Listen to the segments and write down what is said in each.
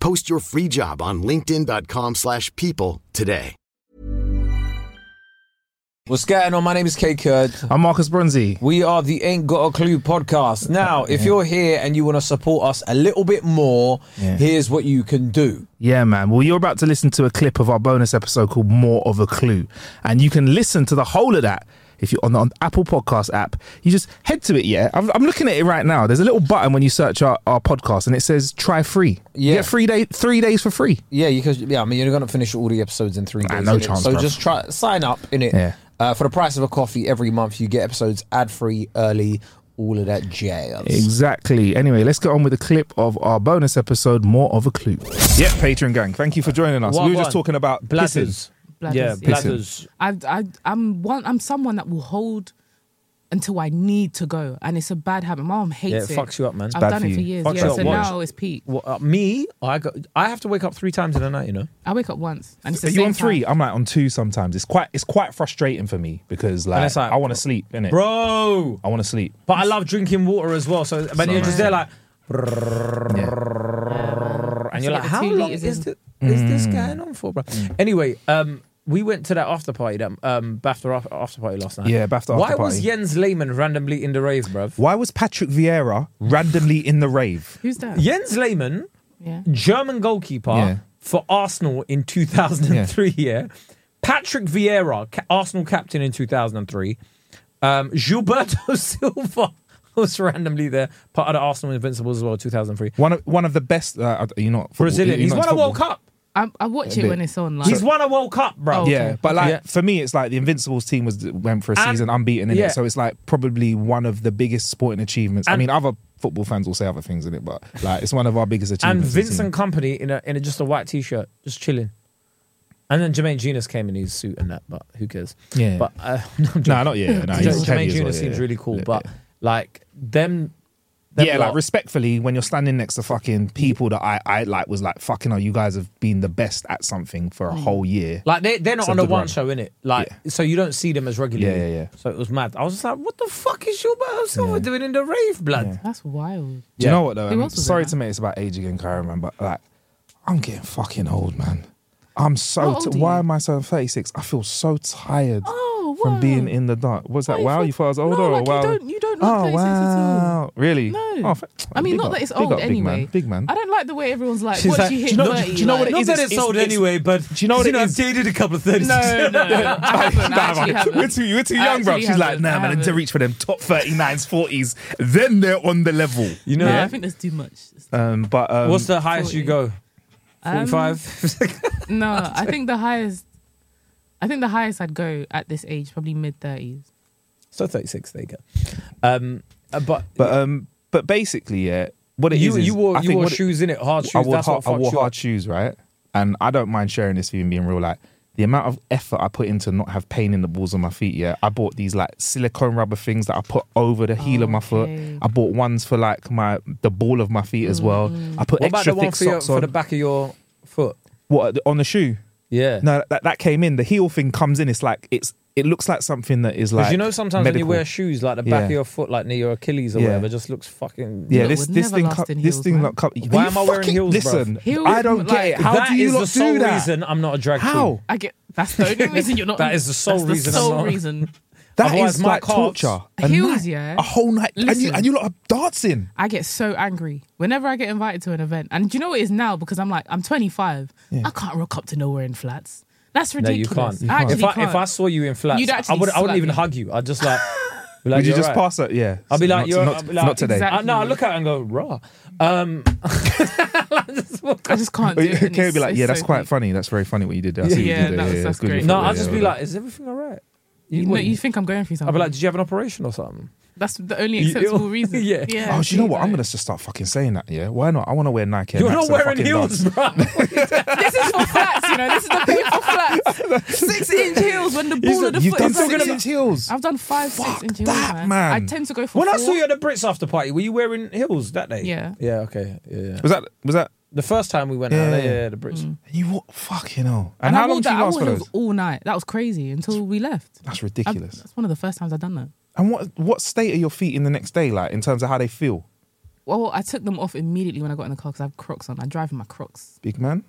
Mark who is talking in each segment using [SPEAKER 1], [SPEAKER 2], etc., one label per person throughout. [SPEAKER 1] Post your free job on linkedin.com/people slash people today.
[SPEAKER 2] What's going on? My name is Kay Kurd.
[SPEAKER 3] I'm Marcus Bronzy.
[SPEAKER 2] We are the Ain't Got a Clue podcast. Now, if you're here and you want to support us a little bit more,
[SPEAKER 3] Yeah.
[SPEAKER 2] here's what you can do.
[SPEAKER 3] Yeah, man. Well, you're about to listen to a clip of our bonus episode called More of a Clue. And you can listen to the whole of that if you're on the on Apple Podcast app. You just head to it, yeah? I'm, I'm looking at it right now. There's a little button when you search our, our podcast and it says try free. You
[SPEAKER 2] Yeah.
[SPEAKER 3] get three, day, three days for free.
[SPEAKER 2] Yeah, because yeah, I mean you're gonna finish all the episodes in three
[SPEAKER 3] Ah,
[SPEAKER 2] days.
[SPEAKER 3] no
[SPEAKER 2] innit?
[SPEAKER 3] chance,
[SPEAKER 2] So
[SPEAKER 3] bruv.
[SPEAKER 2] just try sign up in it.
[SPEAKER 3] Yeah.
[SPEAKER 2] Uh, for the price of a coffee every month, you get episodes ad free, early, all of that jazz.
[SPEAKER 3] Exactly. Anyway, let's get on with a clip of our bonus episode, More of a Clue. Yeah, Patreon gang, thank you for joining us.
[SPEAKER 4] One,
[SPEAKER 3] we were just
[SPEAKER 4] one.
[SPEAKER 3] talking about
[SPEAKER 4] Bladders.
[SPEAKER 3] pissing. Yeah,
[SPEAKER 4] Bladders,
[SPEAKER 3] pissing.
[SPEAKER 4] I, I, I'm one. I'm someone that will hold until I need to go, and it's a bad habit. My mom hates
[SPEAKER 5] Yeah,
[SPEAKER 4] it.
[SPEAKER 5] it fucks you up, man.
[SPEAKER 4] I've
[SPEAKER 3] bad
[SPEAKER 4] done
[SPEAKER 3] for
[SPEAKER 4] it
[SPEAKER 3] you.
[SPEAKER 4] for years.
[SPEAKER 5] Fucks
[SPEAKER 4] yeah,
[SPEAKER 5] you up.
[SPEAKER 4] so
[SPEAKER 5] Watch.
[SPEAKER 4] now it's peak.
[SPEAKER 5] Well, uh, me, I got, I have to wake up three times in the night. You know,
[SPEAKER 4] I wake up once, and it's
[SPEAKER 3] Are
[SPEAKER 4] the
[SPEAKER 3] you
[SPEAKER 4] same
[SPEAKER 3] on three?
[SPEAKER 4] Time.
[SPEAKER 3] I'm like on two sometimes. It's quite it's quite frustrating for me because like,
[SPEAKER 5] it's like,
[SPEAKER 3] I want to sleep, innit?
[SPEAKER 5] bro.
[SPEAKER 3] I want to sleep.
[SPEAKER 5] But I love drinking water as well. So, but you're just there like, and you're
[SPEAKER 4] So
[SPEAKER 5] like,
[SPEAKER 4] the
[SPEAKER 5] how
[SPEAKER 4] two
[SPEAKER 5] long
[SPEAKER 4] litres
[SPEAKER 5] is,
[SPEAKER 4] in.
[SPEAKER 5] thi- is this
[SPEAKER 3] Mm.
[SPEAKER 5] going on for, bro? Anyway, um, we went to that after party, that um, BAFTA af- after party last night.
[SPEAKER 3] Yeah, BAFTA
[SPEAKER 5] Why
[SPEAKER 3] after
[SPEAKER 5] was
[SPEAKER 3] party.
[SPEAKER 5] Jens Lehmann randomly in the rave, bruv?
[SPEAKER 3] Why was Patrick Vieira randomly in the rave?
[SPEAKER 4] Who's that?
[SPEAKER 5] Jens Lehmann,
[SPEAKER 4] Yeah.
[SPEAKER 5] German goalkeeper
[SPEAKER 3] Yeah.
[SPEAKER 5] for Arsenal in 2003. Yeah. Patrick Vieira, ca- Arsenal captain in 2003. Um, Gilberto Silva was randomly there, part of the Arsenal Invincibles as well, 2003.
[SPEAKER 3] One of one of the best. Uh, you know, football,
[SPEAKER 5] Brazilian.
[SPEAKER 3] you're
[SPEAKER 5] He's
[SPEAKER 3] not
[SPEAKER 5] won a
[SPEAKER 3] into
[SPEAKER 5] World
[SPEAKER 3] football.
[SPEAKER 5] Cup.
[SPEAKER 4] I, I watch
[SPEAKER 3] A
[SPEAKER 4] it
[SPEAKER 3] bit.
[SPEAKER 4] when it's on. Like,
[SPEAKER 5] He's won a World Cup, bro.
[SPEAKER 4] Oh,
[SPEAKER 3] Yeah,
[SPEAKER 4] Okay.
[SPEAKER 3] but like
[SPEAKER 5] Yeah.
[SPEAKER 3] for me, it's like the Invincibles team was went for a
[SPEAKER 5] And-
[SPEAKER 3] season unbeaten in
[SPEAKER 5] yeah.
[SPEAKER 3] it, so it's like probably one of the biggest sporting achievements. I
[SPEAKER 5] And-
[SPEAKER 3] mean, other football fans will say other things in it, but like it's one of our biggest
[SPEAKER 5] And
[SPEAKER 3] achievements. as a team.
[SPEAKER 5] Vincent Company in a, in a, just a white t shirt, just chilling. And then Jermaine Genius came in his suit and that, but who cares?
[SPEAKER 3] Yeah.
[SPEAKER 5] But uh, no,
[SPEAKER 3] No,
[SPEAKER 5] I'm joking.
[SPEAKER 3] not yeah. No,
[SPEAKER 5] Just
[SPEAKER 3] he's
[SPEAKER 5] Jermaine
[SPEAKER 3] heavy as
[SPEAKER 5] Genius
[SPEAKER 3] well, yeah,
[SPEAKER 5] seems
[SPEAKER 3] yeah.
[SPEAKER 5] really cool,
[SPEAKER 3] Yeah,
[SPEAKER 5] but like them.
[SPEAKER 3] yeah,
[SPEAKER 5] them
[SPEAKER 3] like
[SPEAKER 5] lot-
[SPEAKER 3] respectfully, when you're standing next to fucking people that I, I like was like fucking, oh, you guys have been the best at something for a
[SPEAKER 5] Mm.
[SPEAKER 3] whole year.
[SPEAKER 5] Like they they're not
[SPEAKER 3] Some
[SPEAKER 5] on the
[SPEAKER 3] good
[SPEAKER 5] one
[SPEAKER 3] run.
[SPEAKER 5] show, innit? Like so you don't see them as regularly.
[SPEAKER 3] Yeah, yeah, yeah.
[SPEAKER 5] So it was mad. I was just like, what the fuck is Gilberto Silva doing in the rave, blood?
[SPEAKER 4] That's wild.
[SPEAKER 3] Do you know what though?
[SPEAKER 4] Who
[SPEAKER 3] I'm
[SPEAKER 4] else was
[SPEAKER 3] sorry
[SPEAKER 4] in
[SPEAKER 3] to make this about age again, Kyron, man, but like, I'm getting fucking old, man. I'm
[SPEAKER 4] How
[SPEAKER 3] so.
[SPEAKER 4] old
[SPEAKER 3] T-
[SPEAKER 4] are you?
[SPEAKER 3] why am I so 36? I feel so tired
[SPEAKER 4] Oh,
[SPEAKER 3] from
[SPEAKER 4] wow.
[SPEAKER 3] being in the dark. Was that?
[SPEAKER 4] Oh, you
[SPEAKER 3] wow,
[SPEAKER 4] feel-
[SPEAKER 3] you thought I was older?
[SPEAKER 4] No,
[SPEAKER 3] or
[SPEAKER 4] like, you
[SPEAKER 3] wow? Oh,
[SPEAKER 4] don't- you don't look 36 at all.
[SPEAKER 3] Really?
[SPEAKER 4] No.
[SPEAKER 3] Oh, fa-
[SPEAKER 4] I mean,
[SPEAKER 3] big
[SPEAKER 4] not
[SPEAKER 3] up-
[SPEAKER 4] that it's
[SPEAKER 3] big
[SPEAKER 4] old
[SPEAKER 3] up, big man,
[SPEAKER 4] anyway.
[SPEAKER 3] Big man.
[SPEAKER 4] I don't like the way everyone's like,
[SPEAKER 5] She's
[SPEAKER 4] once
[SPEAKER 5] like,
[SPEAKER 4] you hit
[SPEAKER 5] do you know-
[SPEAKER 4] 30,
[SPEAKER 5] do you know
[SPEAKER 4] like,
[SPEAKER 5] what it Not is? that it's old anyway,
[SPEAKER 3] but do you know what it is?
[SPEAKER 5] dated a couple of 30s.
[SPEAKER 4] No, no, I haven't, I actually haven't.
[SPEAKER 3] We're too, we're too
[SPEAKER 4] I
[SPEAKER 3] young, bro.
[SPEAKER 4] actually
[SPEAKER 3] She's like,
[SPEAKER 4] haven't.
[SPEAKER 3] nah,
[SPEAKER 4] I
[SPEAKER 3] man, I need to
[SPEAKER 4] haven't.
[SPEAKER 3] reach for them top 39s, 40s. Then they're on the level.
[SPEAKER 5] You know,
[SPEAKER 4] No, I think that's too much.
[SPEAKER 3] Um, but um,
[SPEAKER 5] what's the highest you go?
[SPEAKER 4] Um,
[SPEAKER 5] 45?
[SPEAKER 4] No, I think the highest. I think the highest I'd go at this age probably mid thirties.
[SPEAKER 5] so 36, there you go. Um, uh, but
[SPEAKER 3] But um, but basically, yeah, what it is
[SPEAKER 5] you,
[SPEAKER 3] is
[SPEAKER 5] you wore,
[SPEAKER 3] I
[SPEAKER 5] you
[SPEAKER 3] think
[SPEAKER 5] wore
[SPEAKER 3] what it-
[SPEAKER 5] shoes in it, hard shoes.
[SPEAKER 3] I wore,
[SPEAKER 5] that's
[SPEAKER 3] hard,
[SPEAKER 5] what
[SPEAKER 3] I
[SPEAKER 5] fucked
[SPEAKER 3] wore
[SPEAKER 5] you up.
[SPEAKER 3] hard shoes, right? And I don't mind sharing this with you and being real. Like the amount of effort I put in to not have pain in the balls of my feet. Yeah, I bought these like silicone rubber things that I put over the heel of my foot.
[SPEAKER 4] Okay.
[SPEAKER 3] I bought ones for like my the ball of my feet as well.
[SPEAKER 4] Mm.
[SPEAKER 3] I put
[SPEAKER 5] What about
[SPEAKER 3] extra
[SPEAKER 5] the one
[SPEAKER 3] thick
[SPEAKER 5] for, your,
[SPEAKER 3] socks
[SPEAKER 5] for
[SPEAKER 3] on.
[SPEAKER 5] the back of your foot?
[SPEAKER 3] what on the shoe?
[SPEAKER 5] Yeah.
[SPEAKER 3] No, that that came in. The heel thing comes in. It's like it's it looks like something that is
[SPEAKER 5] Because
[SPEAKER 3] like
[SPEAKER 5] you know sometimes
[SPEAKER 3] medical.
[SPEAKER 5] when you wear shoes, like the back
[SPEAKER 3] Yeah.
[SPEAKER 5] of your foot, like near your Achilles or
[SPEAKER 3] Yeah.
[SPEAKER 5] whatever, just looks fucking.
[SPEAKER 3] Yeah,
[SPEAKER 4] Look,
[SPEAKER 3] this
[SPEAKER 4] we'd
[SPEAKER 3] this
[SPEAKER 4] never
[SPEAKER 3] thing,
[SPEAKER 4] last
[SPEAKER 3] co-
[SPEAKER 4] in
[SPEAKER 3] this
[SPEAKER 4] heels,
[SPEAKER 3] thing,
[SPEAKER 4] bruv.
[SPEAKER 3] not co-
[SPEAKER 5] Why am I wearing heels, bruv?
[SPEAKER 3] Listen,
[SPEAKER 4] Heels,
[SPEAKER 3] I don't get
[SPEAKER 4] like,
[SPEAKER 3] it. How
[SPEAKER 5] That
[SPEAKER 3] do you
[SPEAKER 5] is
[SPEAKER 3] not
[SPEAKER 5] the sole
[SPEAKER 3] do that?
[SPEAKER 5] reason I'm not a drag
[SPEAKER 3] How?
[SPEAKER 5] queen.
[SPEAKER 4] I get that's the only reason you're not.
[SPEAKER 5] That is the sole
[SPEAKER 4] that's
[SPEAKER 5] reason
[SPEAKER 4] The
[SPEAKER 5] I'm
[SPEAKER 4] sole
[SPEAKER 5] not-
[SPEAKER 4] reason.
[SPEAKER 3] That
[SPEAKER 5] Otherwise,
[SPEAKER 3] is
[SPEAKER 5] my
[SPEAKER 3] like
[SPEAKER 5] calves-
[SPEAKER 3] torture. A
[SPEAKER 4] Heels,
[SPEAKER 3] night,
[SPEAKER 4] yeah.
[SPEAKER 3] A whole night, and you
[SPEAKER 4] Listen.
[SPEAKER 3] and you lot are dancing.
[SPEAKER 4] I get so angry whenever I get invited to an event, and do you know what it is now because I'm like I'm 25. I can't rock up to nowhere in flats. That's
[SPEAKER 5] No, you
[SPEAKER 4] ridiculous.
[SPEAKER 5] can't.
[SPEAKER 4] I actually
[SPEAKER 5] If I,
[SPEAKER 4] can't.
[SPEAKER 5] if I saw you in flats,
[SPEAKER 4] You'd
[SPEAKER 5] I
[SPEAKER 4] actually
[SPEAKER 5] would. I wouldn't
[SPEAKER 4] slap
[SPEAKER 5] even
[SPEAKER 4] me.
[SPEAKER 5] hug you. I'd just like. be like,
[SPEAKER 3] Would you
[SPEAKER 5] "You're
[SPEAKER 3] just
[SPEAKER 5] right."
[SPEAKER 3] pass it? Yeah.
[SPEAKER 5] I'll be like,
[SPEAKER 3] not,
[SPEAKER 5] "You're
[SPEAKER 3] not,
[SPEAKER 5] I'll be like-
[SPEAKER 3] not today.
[SPEAKER 4] Exactly.
[SPEAKER 5] Uh, no, I look at it and go raw. Um,
[SPEAKER 4] I just can't. Do it. and
[SPEAKER 3] Okay,
[SPEAKER 4] it's-
[SPEAKER 3] be like,
[SPEAKER 4] it's
[SPEAKER 3] yeah,
[SPEAKER 4] so
[SPEAKER 3] that's quite
[SPEAKER 4] deep.
[SPEAKER 3] funny. That's very funny what you did. there. I see
[SPEAKER 4] Yeah,
[SPEAKER 3] what you did. there.
[SPEAKER 4] that's-
[SPEAKER 3] yeah,
[SPEAKER 4] that's
[SPEAKER 3] good
[SPEAKER 4] great.
[SPEAKER 3] for
[SPEAKER 5] no,
[SPEAKER 3] you.
[SPEAKER 5] I'll just
[SPEAKER 3] Yeah,
[SPEAKER 5] be
[SPEAKER 3] well
[SPEAKER 5] like, is everything all right?
[SPEAKER 4] You, know,
[SPEAKER 5] what-
[SPEAKER 4] you think I'm going through
[SPEAKER 5] I'll
[SPEAKER 4] something?
[SPEAKER 5] be like, did you have an operation or something?
[SPEAKER 4] that's the only
[SPEAKER 5] You-
[SPEAKER 4] acceptable
[SPEAKER 5] you-
[SPEAKER 4] reason.
[SPEAKER 5] Yeah.
[SPEAKER 3] done. Oh, do you know what? I'm gonna
[SPEAKER 4] exactly.
[SPEAKER 3] just start fucking saying that. Yeah, why not? I want to wear Nike. Air
[SPEAKER 5] You're
[SPEAKER 3] Max
[SPEAKER 5] not
[SPEAKER 3] and
[SPEAKER 5] wearing
[SPEAKER 3] fucking
[SPEAKER 5] heels,
[SPEAKER 3] dance.
[SPEAKER 5] bro.
[SPEAKER 4] This is for flats, you know. This is the pay for flats. Six inch heels when the ball of the
[SPEAKER 3] You've
[SPEAKER 4] foot
[SPEAKER 3] done
[SPEAKER 4] is
[SPEAKER 3] six
[SPEAKER 4] six
[SPEAKER 3] inch heels.
[SPEAKER 4] I've done five
[SPEAKER 3] Fuck
[SPEAKER 4] six inch heels,
[SPEAKER 3] that,
[SPEAKER 4] man.
[SPEAKER 3] man.
[SPEAKER 4] I tend to go for.
[SPEAKER 5] When
[SPEAKER 4] four.
[SPEAKER 5] I saw you at the Brits after party, were you wearing heels that day?
[SPEAKER 4] Yeah.
[SPEAKER 5] Yeah. Okay. Yeah. yeah.
[SPEAKER 3] Was that? Was that?
[SPEAKER 5] The first time we went
[SPEAKER 3] Yeah,
[SPEAKER 5] out,
[SPEAKER 3] yeah,
[SPEAKER 5] yeah, yeah,
[SPEAKER 3] yeah.
[SPEAKER 5] the Brits.
[SPEAKER 4] Mm.
[SPEAKER 3] You what? Fucking hell! And,
[SPEAKER 4] and
[SPEAKER 3] how
[SPEAKER 4] I wore
[SPEAKER 3] long did
[SPEAKER 4] that,
[SPEAKER 3] you last
[SPEAKER 4] I
[SPEAKER 3] for
[SPEAKER 4] wore
[SPEAKER 3] those?
[SPEAKER 4] heels all night. That was crazy until we left.
[SPEAKER 3] That's
[SPEAKER 4] I-
[SPEAKER 3] ridiculous.
[SPEAKER 4] that's one of the first times I've done that.
[SPEAKER 3] And what what state are your feet in the next day like in terms of how they feel,
[SPEAKER 4] Well, I took them off immediately when I got in the car because I have Crocs on. I drive in my Crocs.
[SPEAKER 3] big man?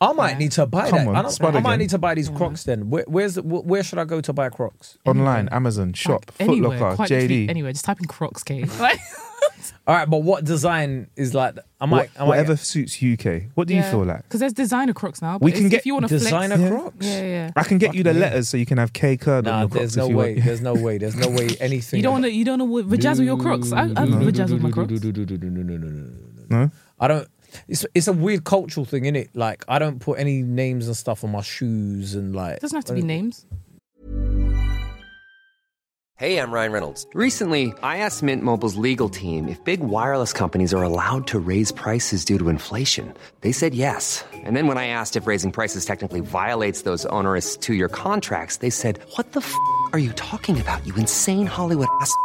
[SPEAKER 5] I might need to buy
[SPEAKER 3] Come
[SPEAKER 5] that.
[SPEAKER 3] on,
[SPEAKER 5] I, don't-
[SPEAKER 3] spud
[SPEAKER 5] I might
[SPEAKER 3] again.
[SPEAKER 5] need to buy these Crocs then. Where, where's the, wh- where should I go to buy Crocs?
[SPEAKER 3] Online, Amazon, shop,
[SPEAKER 4] Like, anywhere,
[SPEAKER 3] Footlocker,
[SPEAKER 4] quite
[SPEAKER 3] JD.
[SPEAKER 4] literally Anywhere, just type in Crocs, K. Like,
[SPEAKER 5] All right, but what design is like? I
[SPEAKER 3] What-
[SPEAKER 5] might. I might
[SPEAKER 3] whatever
[SPEAKER 5] get
[SPEAKER 3] suits UK. What do you feel like?
[SPEAKER 4] Because there's designer Crocs now. But
[SPEAKER 3] We
[SPEAKER 4] if-
[SPEAKER 3] can
[SPEAKER 4] if
[SPEAKER 3] get
[SPEAKER 4] you want to
[SPEAKER 5] designer
[SPEAKER 4] flex,
[SPEAKER 5] Crocs.
[SPEAKER 4] Yeah, yeah.
[SPEAKER 3] I can get you the letters so you can have K curd on
[SPEAKER 5] Nah,
[SPEAKER 3] your Crocs
[SPEAKER 5] there's
[SPEAKER 3] if
[SPEAKER 5] no
[SPEAKER 3] you
[SPEAKER 5] way.
[SPEAKER 3] want.
[SPEAKER 5] There's no way. There's no way anything.
[SPEAKER 4] You don't want to. You don't want to vajazzle your Crocs. I, I vajazzle my Crocs.
[SPEAKER 3] No?
[SPEAKER 5] I don't. It's it's a weird cultural thing, is it? Like I don't put any names and stuff on my shoes and like.
[SPEAKER 4] It doesn't have to be names.
[SPEAKER 6] Hey, I'm Ryan Reynolds. Recently, I asked Mint Mobile's legal team if big wireless companies are allowed to raise prices due to inflation. They said yes. And then when I asked if raising prices technically violates those onerous two year contracts, they said, What the f are you talking about, you insane Hollywood ass? f-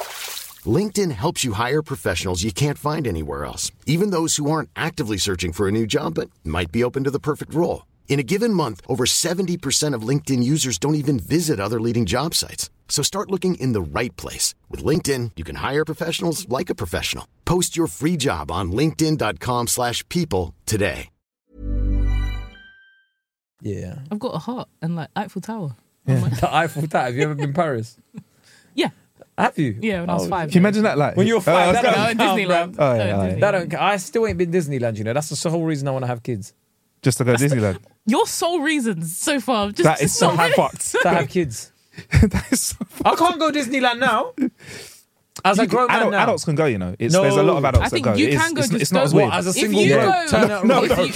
[SPEAKER 1] LinkedIn helps you hire professionals you can't find anywhere else, even those who aren't actively searching for a new job but might be open to the perfect role. In a given month, over 70% of LinkedIn users don't even visit other leading job sites. So start looking in the right place. With LinkedIn, you can hire professionals like a professional. Post your free job on linkedin.com/people slash people today.
[SPEAKER 5] Yeah.
[SPEAKER 4] I've got a heart and like Eiffel Tower.
[SPEAKER 5] The Eiffel Tower. Have you ever been Paris?
[SPEAKER 4] Yeah,
[SPEAKER 5] Have you?
[SPEAKER 4] yeah. When I was
[SPEAKER 5] Oh,
[SPEAKER 4] five.
[SPEAKER 3] Can you imagine that like Oh,
[SPEAKER 5] When you were five,
[SPEAKER 3] I was
[SPEAKER 5] that
[SPEAKER 3] gonna-
[SPEAKER 5] don't-
[SPEAKER 4] No, in Disneyland.
[SPEAKER 3] Oh, yeah,
[SPEAKER 4] No, in
[SPEAKER 3] oh, yeah.
[SPEAKER 4] Disneyland.
[SPEAKER 5] That don't. I still ain't been Disneyland. You know, that's the whole reason I want to have kids.
[SPEAKER 3] just to go to Disneyland.
[SPEAKER 4] Your sole reasons so far. Just,
[SPEAKER 3] That is so
[SPEAKER 4] not really-
[SPEAKER 3] fucked.
[SPEAKER 5] To have kids.
[SPEAKER 3] that is so
[SPEAKER 5] I can't go Disneyland now. As a grown man
[SPEAKER 3] Adult-
[SPEAKER 5] now.
[SPEAKER 3] Adults can go, you know. It's,
[SPEAKER 5] No.
[SPEAKER 3] There's a lot of adults
[SPEAKER 4] I think
[SPEAKER 3] that go.
[SPEAKER 4] you
[SPEAKER 3] It is-
[SPEAKER 4] can go
[SPEAKER 3] it's,
[SPEAKER 4] just
[SPEAKER 3] it's not as
[SPEAKER 4] go-
[SPEAKER 3] weird.
[SPEAKER 5] What, as a
[SPEAKER 4] If
[SPEAKER 5] single
[SPEAKER 4] you
[SPEAKER 5] bloke?
[SPEAKER 4] go-
[SPEAKER 5] Turn out-
[SPEAKER 4] No, no.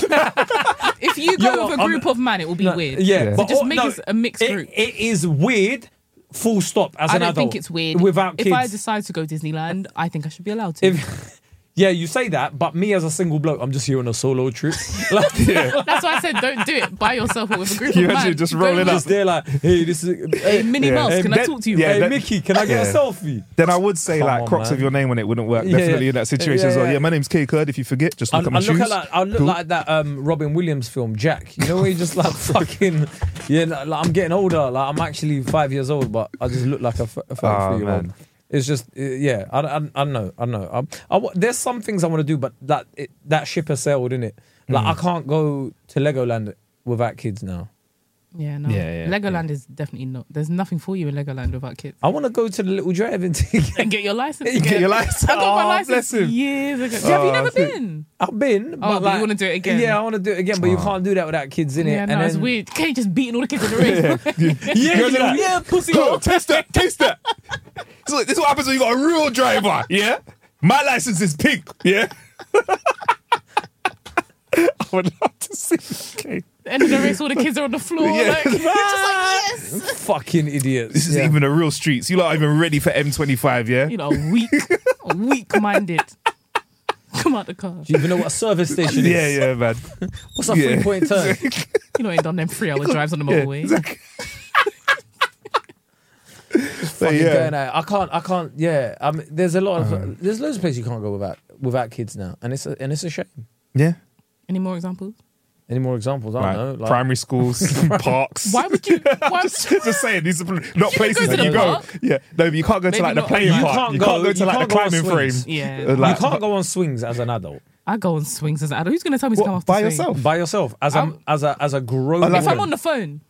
[SPEAKER 4] If you
[SPEAKER 5] You know
[SPEAKER 4] go
[SPEAKER 5] what,
[SPEAKER 4] with a
[SPEAKER 5] I'm-
[SPEAKER 4] group of men, it will be
[SPEAKER 5] No,
[SPEAKER 4] weird.
[SPEAKER 5] Yeah,
[SPEAKER 3] Yeah.
[SPEAKER 4] So
[SPEAKER 5] but
[SPEAKER 4] just
[SPEAKER 5] all-
[SPEAKER 4] make
[SPEAKER 5] no,
[SPEAKER 4] us a mixed
[SPEAKER 5] it-
[SPEAKER 4] group.
[SPEAKER 5] It is weird. Full stop. As
[SPEAKER 4] I
[SPEAKER 5] an
[SPEAKER 4] don't
[SPEAKER 5] adult,
[SPEAKER 4] think it's weird.
[SPEAKER 5] without kids.
[SPEAKER 4] If I decide to go Disneyland, I think I should be allowed to.
[SPEAKER 5] If- yeah, you say that, but me as a single bloke, I'm just here on a solo trip. Like,
[SPEAKER 4] That's why I said don't do it by yourself or with a group
[SPEAKER 3] You
[SPEAKER 4] of
[SPEAKER 3] actually
[SPEAKER 4] men.
[SPEAKER 3] just
[SPEAKER 4] Go
[SPEAKER 3] rolling
[SPEAKER 4] with-
[SPEAKER 3] up.
[SPEAKER 5] just there, like, hey, this is hey,
[SPEAKER 4] Hey, Minnie
[SPEAKER 3] Yeah.
[SPEAKER 4] Mouse,
[SPEAKER 3] Hey,
[SPEAKER 4] can I
[SPEAKER 3] that-
[SPEAKER 4] talk to you?
[SPEAKER 3] yeah,
[SPEAKER 5] hey,
[SPEAKER 3] that-
[SPEAKER 5] Mickey, can I get
[SPEAKER 3] yeah.
[SPEAKER 5] a selfie?
[SPEAKER 3] Then I would say
[SPEAKER 5] Come
[SPEAKER 3] like
[SPEAKER 5] on,
[SPEAKER 3] Crocs
[SPEAKER 5] man.
[SPEAKER 3] of your name on it wouldn't work
[SPEAKER 5] Yeah,
[SPEAKER 3] definitely
[SPEAKER 5] yeah.
[SPEAKER 3] in that situation as well.
[SPEAKER 5] Yeah,
[SPEAKER 3] Yeah,
[SPEAKER 5] yeah.
[SPEAKER 3] my name's K Curd. If you forget, just
[SPEAKER 5] I,
[SPEAKER 3] look at my
[SPEAKER 5] I look,
[SPEAKER 3] shoes.
[SPEAKER 5] at like, I look
[SPEAKER 3] Cool.
[SPEAKER 5] like that um, Robin Williams film, Jack. You know where you just like fucking, yeah, like, like, I'm getting older. Like I'm actually five years old, but I just look like a f- a 33 year old.
[SPEAKER 3] Ah, man.
[SPEAKER 5] It's just, uh, yeah, I, I, I don't know, I don't know. Um, I, wa- there's some things I want to do, but that it, that ship has sailed, innit? Like
[SPEAKER 3] Mm.
[SPEAKER 5] I can't go to Legoland without kids now.
[SPEAKER 4] Yeah, no.
[SPEAKER 3] Yeah, yeah,
[SPEAKER 4] Legoland is definitely not. There's nothing for you in Legoland without kids.
[SPEAKER 5] I want to go to the little driving thing.
[SPEAKER 4] And get your license.
[SPEAKER 5] Get
[SPEAKER 4] again.
[SPEAKER 3] your license.
[SPEAKER 4] I got my
[SPEAKER 3] Oh,
[SPEAKER 4] license
[SPEAKER 3] bless him.
[SPEAKER 4] years ago. Have you
[SPEAKER 3] Oh,
[SPEAKER 4] never
[SPEAKER 3] I see.
[SPEAKER 4] been?
[SPEAKER 5] I've been.
[SPEAKER 4] Oh, but you
[SPEAKER 5] like-
[SPEAKER 4] wanna do it again.
[SPEAKER 5] Yeah, I want to do it again,
[SPEAKER 3] Ah.
[SPEAKER 5] but you can't do that without kids in it.
[SPEAKER 4] Yeah, no, it's weird. Kay just beating all the kids in the ring.
[SPEAKER 5] Yeah,
[SPEAKER 3] Go to
[SPEAKER 5] yeah,
[SPEAKER 3] that.
[SPEAKER 5] yeah, pussy.
[SPEAKER 3] Go, taste that, taste that. This is, this is what happens when you got a real driver, yeah? My license is pink, yeah? I would love to see okay.
[SPEAKER 4] end of the race, all the kids are on the floor.
[SPEAKER 3] Yeah.
[SPEAKER 4] Like, it's just like,
[SPEAKER 5] Ah."
[SPEAKER 4] yes.
[SPEAKER 5] Fucking
[SPEAKER 3] This
[SPEAKER 5] idiots.
[SPEAKER 3] isn't even a real streets. You lot aren't even ready for M25, yeah?
[SPEAKER 4] You know, weak, weak minded. Come out the car.
[SPEAKER 5] Do you even know what a service station is?
[SPEAKER 3] yeah, yeah, man.
[SPEAKER 5] What's a
[SPEAKER 3] Yeah.
[SPEAKER 5] three point turn?
[SPEAKER 4] You know, ain't done them three hour drives on the
[SPEAKER 3] Yeah,
[SPEAKER 4] motorway.
[SPEAKER 3] exactly. So,
[SPEAKER 5] fucking
[SPEAKER 3] yeah.
[SPEAKER 5] going out. I can't. I can't. Yeah. Um. There's a lot of.
[SPEAKER 3] Uh-huh.
[SPEAKER 5] there's loads of places you can't go without without kids now, and it's a, and it's a shame.
[SPEAKER 3] Yeah.
[SPEAKER 4] Any more examples?
[SPEAKER 5] Any more examples? I don't
[SPEAKER 3] Right.
[SPEAKER 5] know. Like,
[SPEAKER 3] Primary schools, parks.
[SPEAKER 4] Why would you? Why would
[SPEAKER 3] just,
[SPEAKER 4] you?
[SPEAKER 3] just saying, these are not places
[SPEAKER 4] go to
[SPEAKER 3] that you
[SPEAKER 4] the
[SPEAKER 3] go.
[SPEAKER 4] park.
[SPEAKER 3] Yeah, no, but you can't go to
[SPEAKER 4] Maybe
[SPEAKER 3] like the
[SPEAKER 4] not.
[SPEAKER 3] playing
[SPEAKER 5] You
[SPEAKER 3] park.
[SPEAKER 5] can't
[SPEAKER 3] you can't
[SPEAKER 5] go-
[SPEAKER 3] go to
[SPEAKER 5] you
[SPEAKER 3] like the
[SPEAKER 5] can't go on
[SPEAKER 3] climbing frame.
[SPEAKER 5] swings.
[SPEAKER 4] Yeah.
[SPEAKER 3] Uh,
[SPEAKER 5] you
[SPEAKER 3] like-
[SPEAKER 5] can't go on swings as an adult
[SPEAKER 4] I go on swings as an adult. Who's going to tell me
[SPEAKER 3] What,
[SPEAKER 4] to come off the
[SPEAKER 3] by
[SPEAKER 4] swing?
[SPEAKER 3] yourself?
[SPEAKER 5] by yourself as a
[SPEAKER 4] I'm-
[SPEAKER 5] as a as a grown.
[SPEAKER 3] I like
[SPEAKER 4] If
[SPEAKER 5] woman.
[SPEAKER 4] I'm on the phone,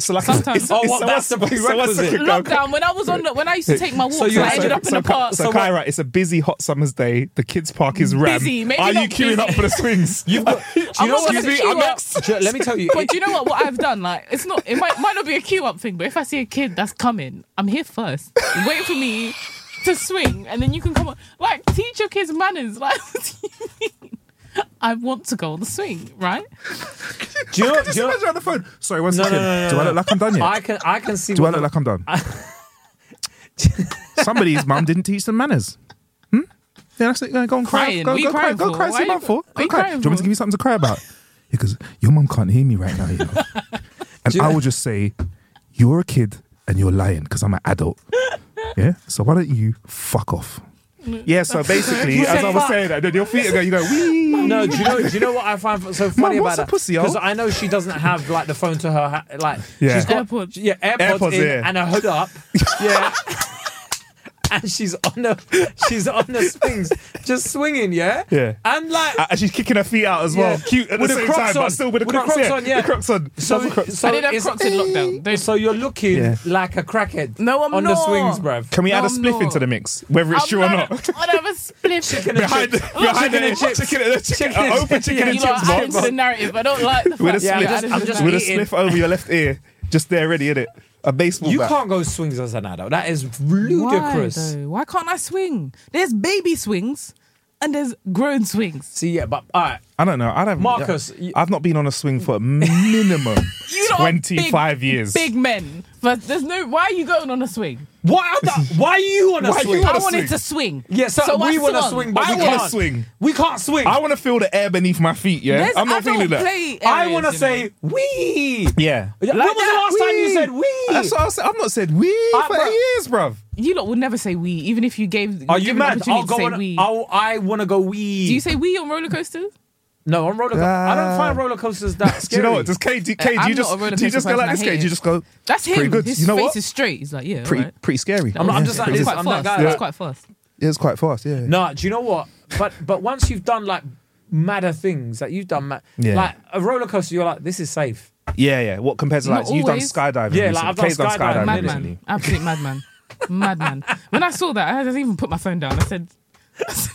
[SPEAKER 3] So like,
[SPEAKER 4] Sometimes-
[SPEAKER 3] it's-
[SPEAKER 5] Oh,
[SPEAKER 3] it's
[SPEAKER 5] well,
[SPEAKER 3] someone-
[SPEAKER 5] that's the
[SPEAKER 3] someone-
[SPEAKER 5] prerequisite.
[SPEAKER 3] someone-
[SPEAKER 4] lockdown. When I was on, the, when I used to take my walks,
[SPEAKER 5] So you're-
[SPEAKER 4] I ended
[SPEAKER 5] so-
[SPEAKER 4] up in the park.
[SPEAKER 3] So, Kyra, it's a busy hot summer's day. The kids' park is rammed.
[SPEAKER 4] Busy, maybe
[SPEAKER 3] Are you
[SPEAKER 4] not
[SPEAKER 3] queuing up
[SPEAKER 4] busy.
[SPEAKER 3] for the swings?
[SPEAKER 5] You've got. Do you
[SPEAKER 4] I'm
[SPEAKER 5] know
[SPEAKER 4] not
[SPEAKER 5] what?
[SPEAKER 4] gonna Excuse me, I'm queue up. next.
[SPEAKER 5] Do you- Let me tell you.
[SPEAKER 4] But
[SPEAKER 5] it-
[SPEAKER 4] do you know what? What I've done, like, it's not. It might might not be a queue up thing, but if I see a kid that's coming, I'm here first. Wait for me to swing, and then you can come on. Like, teach your kids manners. Like, what do you mean? I want to go on the swing, right?
[SPEAKER 5] do you know-
[SPEAKER 3] I can
[SPEAKER 5] do
[SPEAKER 3] just
[SPEAKER 5] you know-
[SPEAKER 3] imagine on the phone. Sorry, one
[SPEAKER 5] No,
[SPEAKER 3] second.
[SPEAKER 5] no, no, no,
[SPEAKER 3] Do I
[SPEAKER 5] no.
[SPEAKER 3] look like I'm done yet?
[SPEAKER 5] I can I can see.
[SPEAKER 3] Do I
[SPEAKER 5] what
[SPEAKER 3] look
[SPEAKER 5] the-
[SPEAKER 3] like I'm done? Somebody's mum didn't teach them manners. Hmm? Yeah, that's it. Go and cry.
[SPEAKER 4] Crying.
[SPEAKER 3] Go,
[SPEAKER 4] What are you
[SPEAKER 3] go cry.
[SPEAKER 4] crying
[SPEAKER 3] Go
[SPEAKER 4] for?
[SPEAKER 3] cry.
[SPEAKER 4] Why
[SPEAKER 3] See
[SPEAKER 4] are
[SPEAKER 3] mum
[SPEAKER 4] you-
[SPEAKER 3] for.
[SPEAKER 4] what are
[SPEAKER 3] Go
[SPEAKER 4] you
[SPEAKER 3] cry. Do
[SPEAKER 4] crying
[SPEAKER 3] you want me to
[SPEAKER 4] for?
[SPEAKER 3] give you something to cry about? Because your mum can't hear me right now, you know. And I will just say, you're a kid and you're lying because I'm an adult. Yeah. So why don't you fuck off?
[SPEAKER 4] Mm.
[SPEAKER 3] Yeah. So basically, as I was saying that, then your feet are going. You go. Wee.
[SPEAKER 5] No, do you know? Do you know what I find so funny
[SPEAKER 3] what's a
[SPEAKER 5] about that?
[SPEAKER 3] pussy, yo?
[SPEAKER 5] Because I know she doesn't have like the phone to her. Ha- like
[SPEAKER 3] Yeah.
[SPEAKER 5] she's got
[SPEAKER 4] AirPods.
[SPEAKER 5] yeah AirPods,
[SPEAKER 3] AirPods,
[SPEAKER 5] in
[SPEAKER 3] yeah.
[SPEAKER 5] and a hood up, yeah. and she's on the she's on the swings, just swinging, yeah,
[SPEAKER 3] Yeah.
[SPEAKER 5] And like
[SPEAKER 3] And Uh, she's kicking her feet out as well.
[SPEAKER 5] Yeah.
[SPEAKER 3] Cute at
[SPEAKER 5] With
[SPEAKER 3] the
[SPEAKER 5] the
[SPEAKER 3] same
[SPEAKER 5] Crocs
[SPEAKER 3] time,
[SPEAKER 5] on.
[SPEAKER 3] but still with the
[SPEAKER 5] With the
[SPEAKER 3] Crocs,
[SPEAKER 5] Crocs
[SPEAKER 3] yeah.
[SPEAKER 5] on, yeah.
[SPEAKER 3] The Crocs on. Loves
[SPEAKER 5] so
[SPEAKER 3] the Crocs.
[SPEAKER 5] so
[SPEAKER 4] I did have
[SPEAKER 5] it's-
[SPEAKER 4] Crocs in lockdown. They-
[SPEAKER 5] So you're looking
[SPEAKER 3] Yeah.
[SPEAKER 5] like a crackhead.
[SPEAKER 4] No, I'm
[SPEAKER 5] on the
[SPEAKER 4] not.
[SPEAKER 5] swings, bruv.
[SPEAKER 3] Can we
[SPEAKER 4] No,
[SPEAKER 3] add a
[SPEAKER 4] I'm
[SPEAKER 3] spliff
[SPEAKER 4] not.
[SPEAKER 3] into the mix, whether it's true or not?
[SPEAKER 4] Whatever. Split.
[SPEAKER 3] behind behind
[SPEAKER 5] Chicken
[SPEAKER 3] the
[SPEAKER 5] and chips.
[SPEAKER 3] chicken and chips.
[SPEAKER 5] Chicken and
[SPEAKER 3] open
[SPEAKER 5] chips.
[SPEAKER 3] chicken and
[SPEAKER 4] You know,
[SPEAKER 3] chips
[SPEAKER 4] I into
[SPEAKER 3] box
[SPEAKER 4] the narrative. I don't like the
[SPEAKER 3] with a
[SPEAKER 4] fact that
[SPEAKER 5] I'm
[SPEAKER 3] spliff,
[SPEAKER 4] you
[SPEAKER 5] just-
[SPEAKER 4] added
[SPEAKER 5] I'm
[SPEAKER 4] the
[SPEAKER 5] just
[SPEAKER 3] with
[SPEAKER 4] narrative.
[SPEAKER 3] a
[SPEAKER 5] eating.
[SPEAKER 3] spliff over your left ear, just there ready, innit? A baseball
[SPEAKER 5] You
[SPEAKER 3] bat.
[SPEAKER 5] can't go swings as an adult. That is ludicrous.
[SPEAKER 4] Why, though? Why can't I swing? There's baby swings and there's grown swings.
[SPEAKER 5] See, yeah, but all right.
[SPEAKER 3] I don't know. I don't.
[SPEAKER 5] Marcus, you-
[SPEAKER 3] I've not been on a swing for a minimum
[SPEAKER 4] You lot are
[SPEAKER 3] twenty-five
[SPEAKER 4] big,
[SPEAKER 3] years.
[SPEAKER 4] Big men. But there's no why are you going on a swing?
[SPEAKER 5] Why? Are the, why are you on a
[SPEAKER 3] Why are you on
[SPEAKER 5] swing?
[SPEAKER 3] a
[SPEAKER 4] I
[SPEAKER 3] swing.
[SPEAKER 4] wanted to swing.
[SPEAKER 5] Yeah, so,
[SPEAKER 4] I
[SPEAKER 5] we want to
[SPEAKER 4] swung.
[SPEAKER 5] swing, but
[SPEAKER 3] I
[SPEAKER 5] we
[SPEAKER 3] wanna
[SPEAKER 5] can't
[SPEAKER 3] swing.
[SPEAKER 5] We can't swing.
[SPEAKER 3] I want to feel the air beneath my feet. Yeah,
[SPEAKER 4] There's
[SPEAKER 3] I'm not
[SPEAKER 4] adult
[SPEAKER 3] feeling that.
[SPEAKER 4] play
[SPEAKER 5] I
[SPEAKER 4] areas,
[SPEAKER 5] want to
[SPEAKER 4] you know.
[SPEAKER 5] say we.
[SPEAKER 3] Yeah.
[SPEAKER 5] When was the last time you said we?
[SPEAKER 3] That's what I said. I've not said we
[SPEAKER 5] Ah,
[SPEAKER 3] for
[SPEAKER 5] bruv.
[SPEAKER 3] years, bruv.
[SPEAKER 4] you lot would never say we, even if you gave
[SPEAKER 5] Are you
[SPEAKER 4] given the
[SPEAKER 5] mad?
[SPEAKER 4] opportunity
[SPEAKER 5] I'll go
[SPEAKER 4] to say
[SPEAKER 5] on.
[SPEAKER 4] we.
[SPEAKER 5] I'll, I want to go we.
[SPEAKER 4] Do you say we on roller coasters?
[SPEAKER 5] no on roller? coasters. I
[SPEAKER 3] Ah.
[SPEAKER 5] don't find roller coasters that
[SPEAKER 3] Do
[SPEAKER 5] scary.
[SPEAKER 3] you know what? Does K, do, K, do
[SPEAKER 4] Uh, I'm
[SPEAKER 3] you
[SPEAKER 4] not a
[SPEAKER 3] just do you
[SPEAKER 4] roller coaster
[SPEAKER 3] just go
[SPEAKER 4] person,
[SPEAKER 3] like
[SPEAKER 4] I
[SPEAKER 3] this?
[SPEAKER 4] hate
[SPEAKER 3] K, do you
[SPEAKER 4] it.
[SPEAKER 3] just go?
[SPEAKER 4] That's him.
[SPEAKER 3] Pretty good.
[SPEAKER 4] His
[SPEAKER 3] you know
[SPEAKER 4] face
[SPEAKER 3] what?
[SPEAKER 4] is straight. He's like, yeah,
[SPEAKER 3] pretty
[SPEAKER 4] alright.
[SPEAKER 3] pretty scary.
[SPEAKER 5] I'm- I'm just
[SPEAKER 4] That
[SPEAKER 5] like
[SPEAKER 4] was
[SPEAKER 5] this,
[SPEAKER 4] quite
[SPEAKER 5] I'm that
[SPEAKER 4] fast.
[SPEAKER 5] guy.
[SPEAKER 4] That was quite fast.
[SPEAKER 3] It was quite fast. Yeah.
[SPEAKER 5] Nah. Do you know what? But but once you've done like madder things that you've done, mad,
[SPEAKER 3] Yeah.
[SPEAKER 5] like a roller coaster, you're like, this is safe.
[SPEAKER 3] Yeah, yeah. What compared to like
[SPEAKER 4] Not
[SPEAKER 3] you've done
[SPEAKER 4] always.
[SPEAKER 3] skydiving?
[SPEAKER 5] Yeah, like,
[SPEAKER 3] recently.
[SPEAKER 5] I've done
[SPEAKER 3] Kay's done
[SPEAKER 5] skydiving,
[SPEAKER 3] skydiving
[SPEAKER 5] innit?
[SPEAKER 3] recently.
[SPEAKER 4] Madman. Absolute madman. madman. When I saw that, I didn't even put my phone down. I said,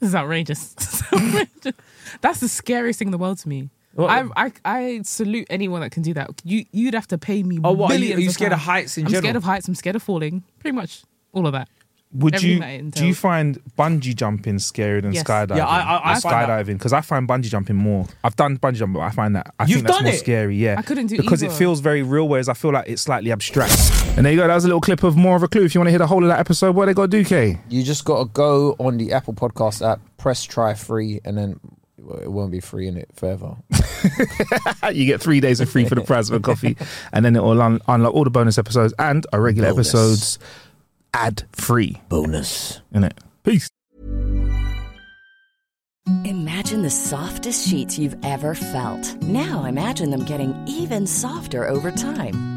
[SPEAKER 4] This is outrageous. This is outrageous. That's the scariest thing in the world to me.
[SPEAKER 5] What-
[SPEAKER 4] I, I I salute anyone that can do that. You you'd have to pay me.
[SPEAKER 5] Oh, what, are you-
[SPEAKER 4] billions
[SPEAKER 5] are you
[SPEAKER 4] of
[SPEAKER 5] scared of
[SPEAKER 4] pounds.
[SPEAKER 5] heights in
[SPEAKER 4] I'm scared
[SPEAKER 5] general?
[SPEAKER 4] of heights. I'm scared of falling. Pretty much all of that.
[SPEAKER 3] Would
[SPEAKER 4] Everything
[SPEAKER 3] you
[SPEAKER 4] that it
[SPEAKER 3] do you
[SPEAKER 4] entails.
[SPEAKER 3] find bungee jumping scarier than
[SPEAKER 4] Yes.
[SPEAKER 3] skydiving?
[SPEAKER 5] Yeah, I- I- I
[SPEAKER 3] Or
[SPEAKER 5] find that-
[SPEAKER 3] skydiving because I find bungee jumping more. I've done bungee jumping, but I find that I
[SPEAKER 5] You've
[SPEAKER 3] think that's
[SPEAKER 5] done
[SPEAKER 3] more
[SPEAKER 5] it?
[SPEAKER 3] scary. Yeah,
[SPEAKER 4] I couldn't do
[SPEAKER 3] because it
[SPEAKER 4] either.
[SPEAKER 3] feels very real, whereas I feel like it's slightly abstract. And there you go. That was a little clip of more of a clue. If you want to hear the whole of that episode, what they got to do, K?
[SPEAKER 2] You just got to go on the Apple Podcast app, press try free, and then well, it won't be free in it forever.
[SPEAKER 3] You get three days of free for the price of a coffee, and then it will un- unlock all the bonus episodes and our regular
[SPEAKER 2] Bonus.
[SPEAKER 3] episodes ad free.
[SPEAKER 2] Bonus.
[SPEAKER 3] In it, peace.
[SPEAKER 7] Imagine the softest sheets you've ever felt. Now imagine them getting even softer over time.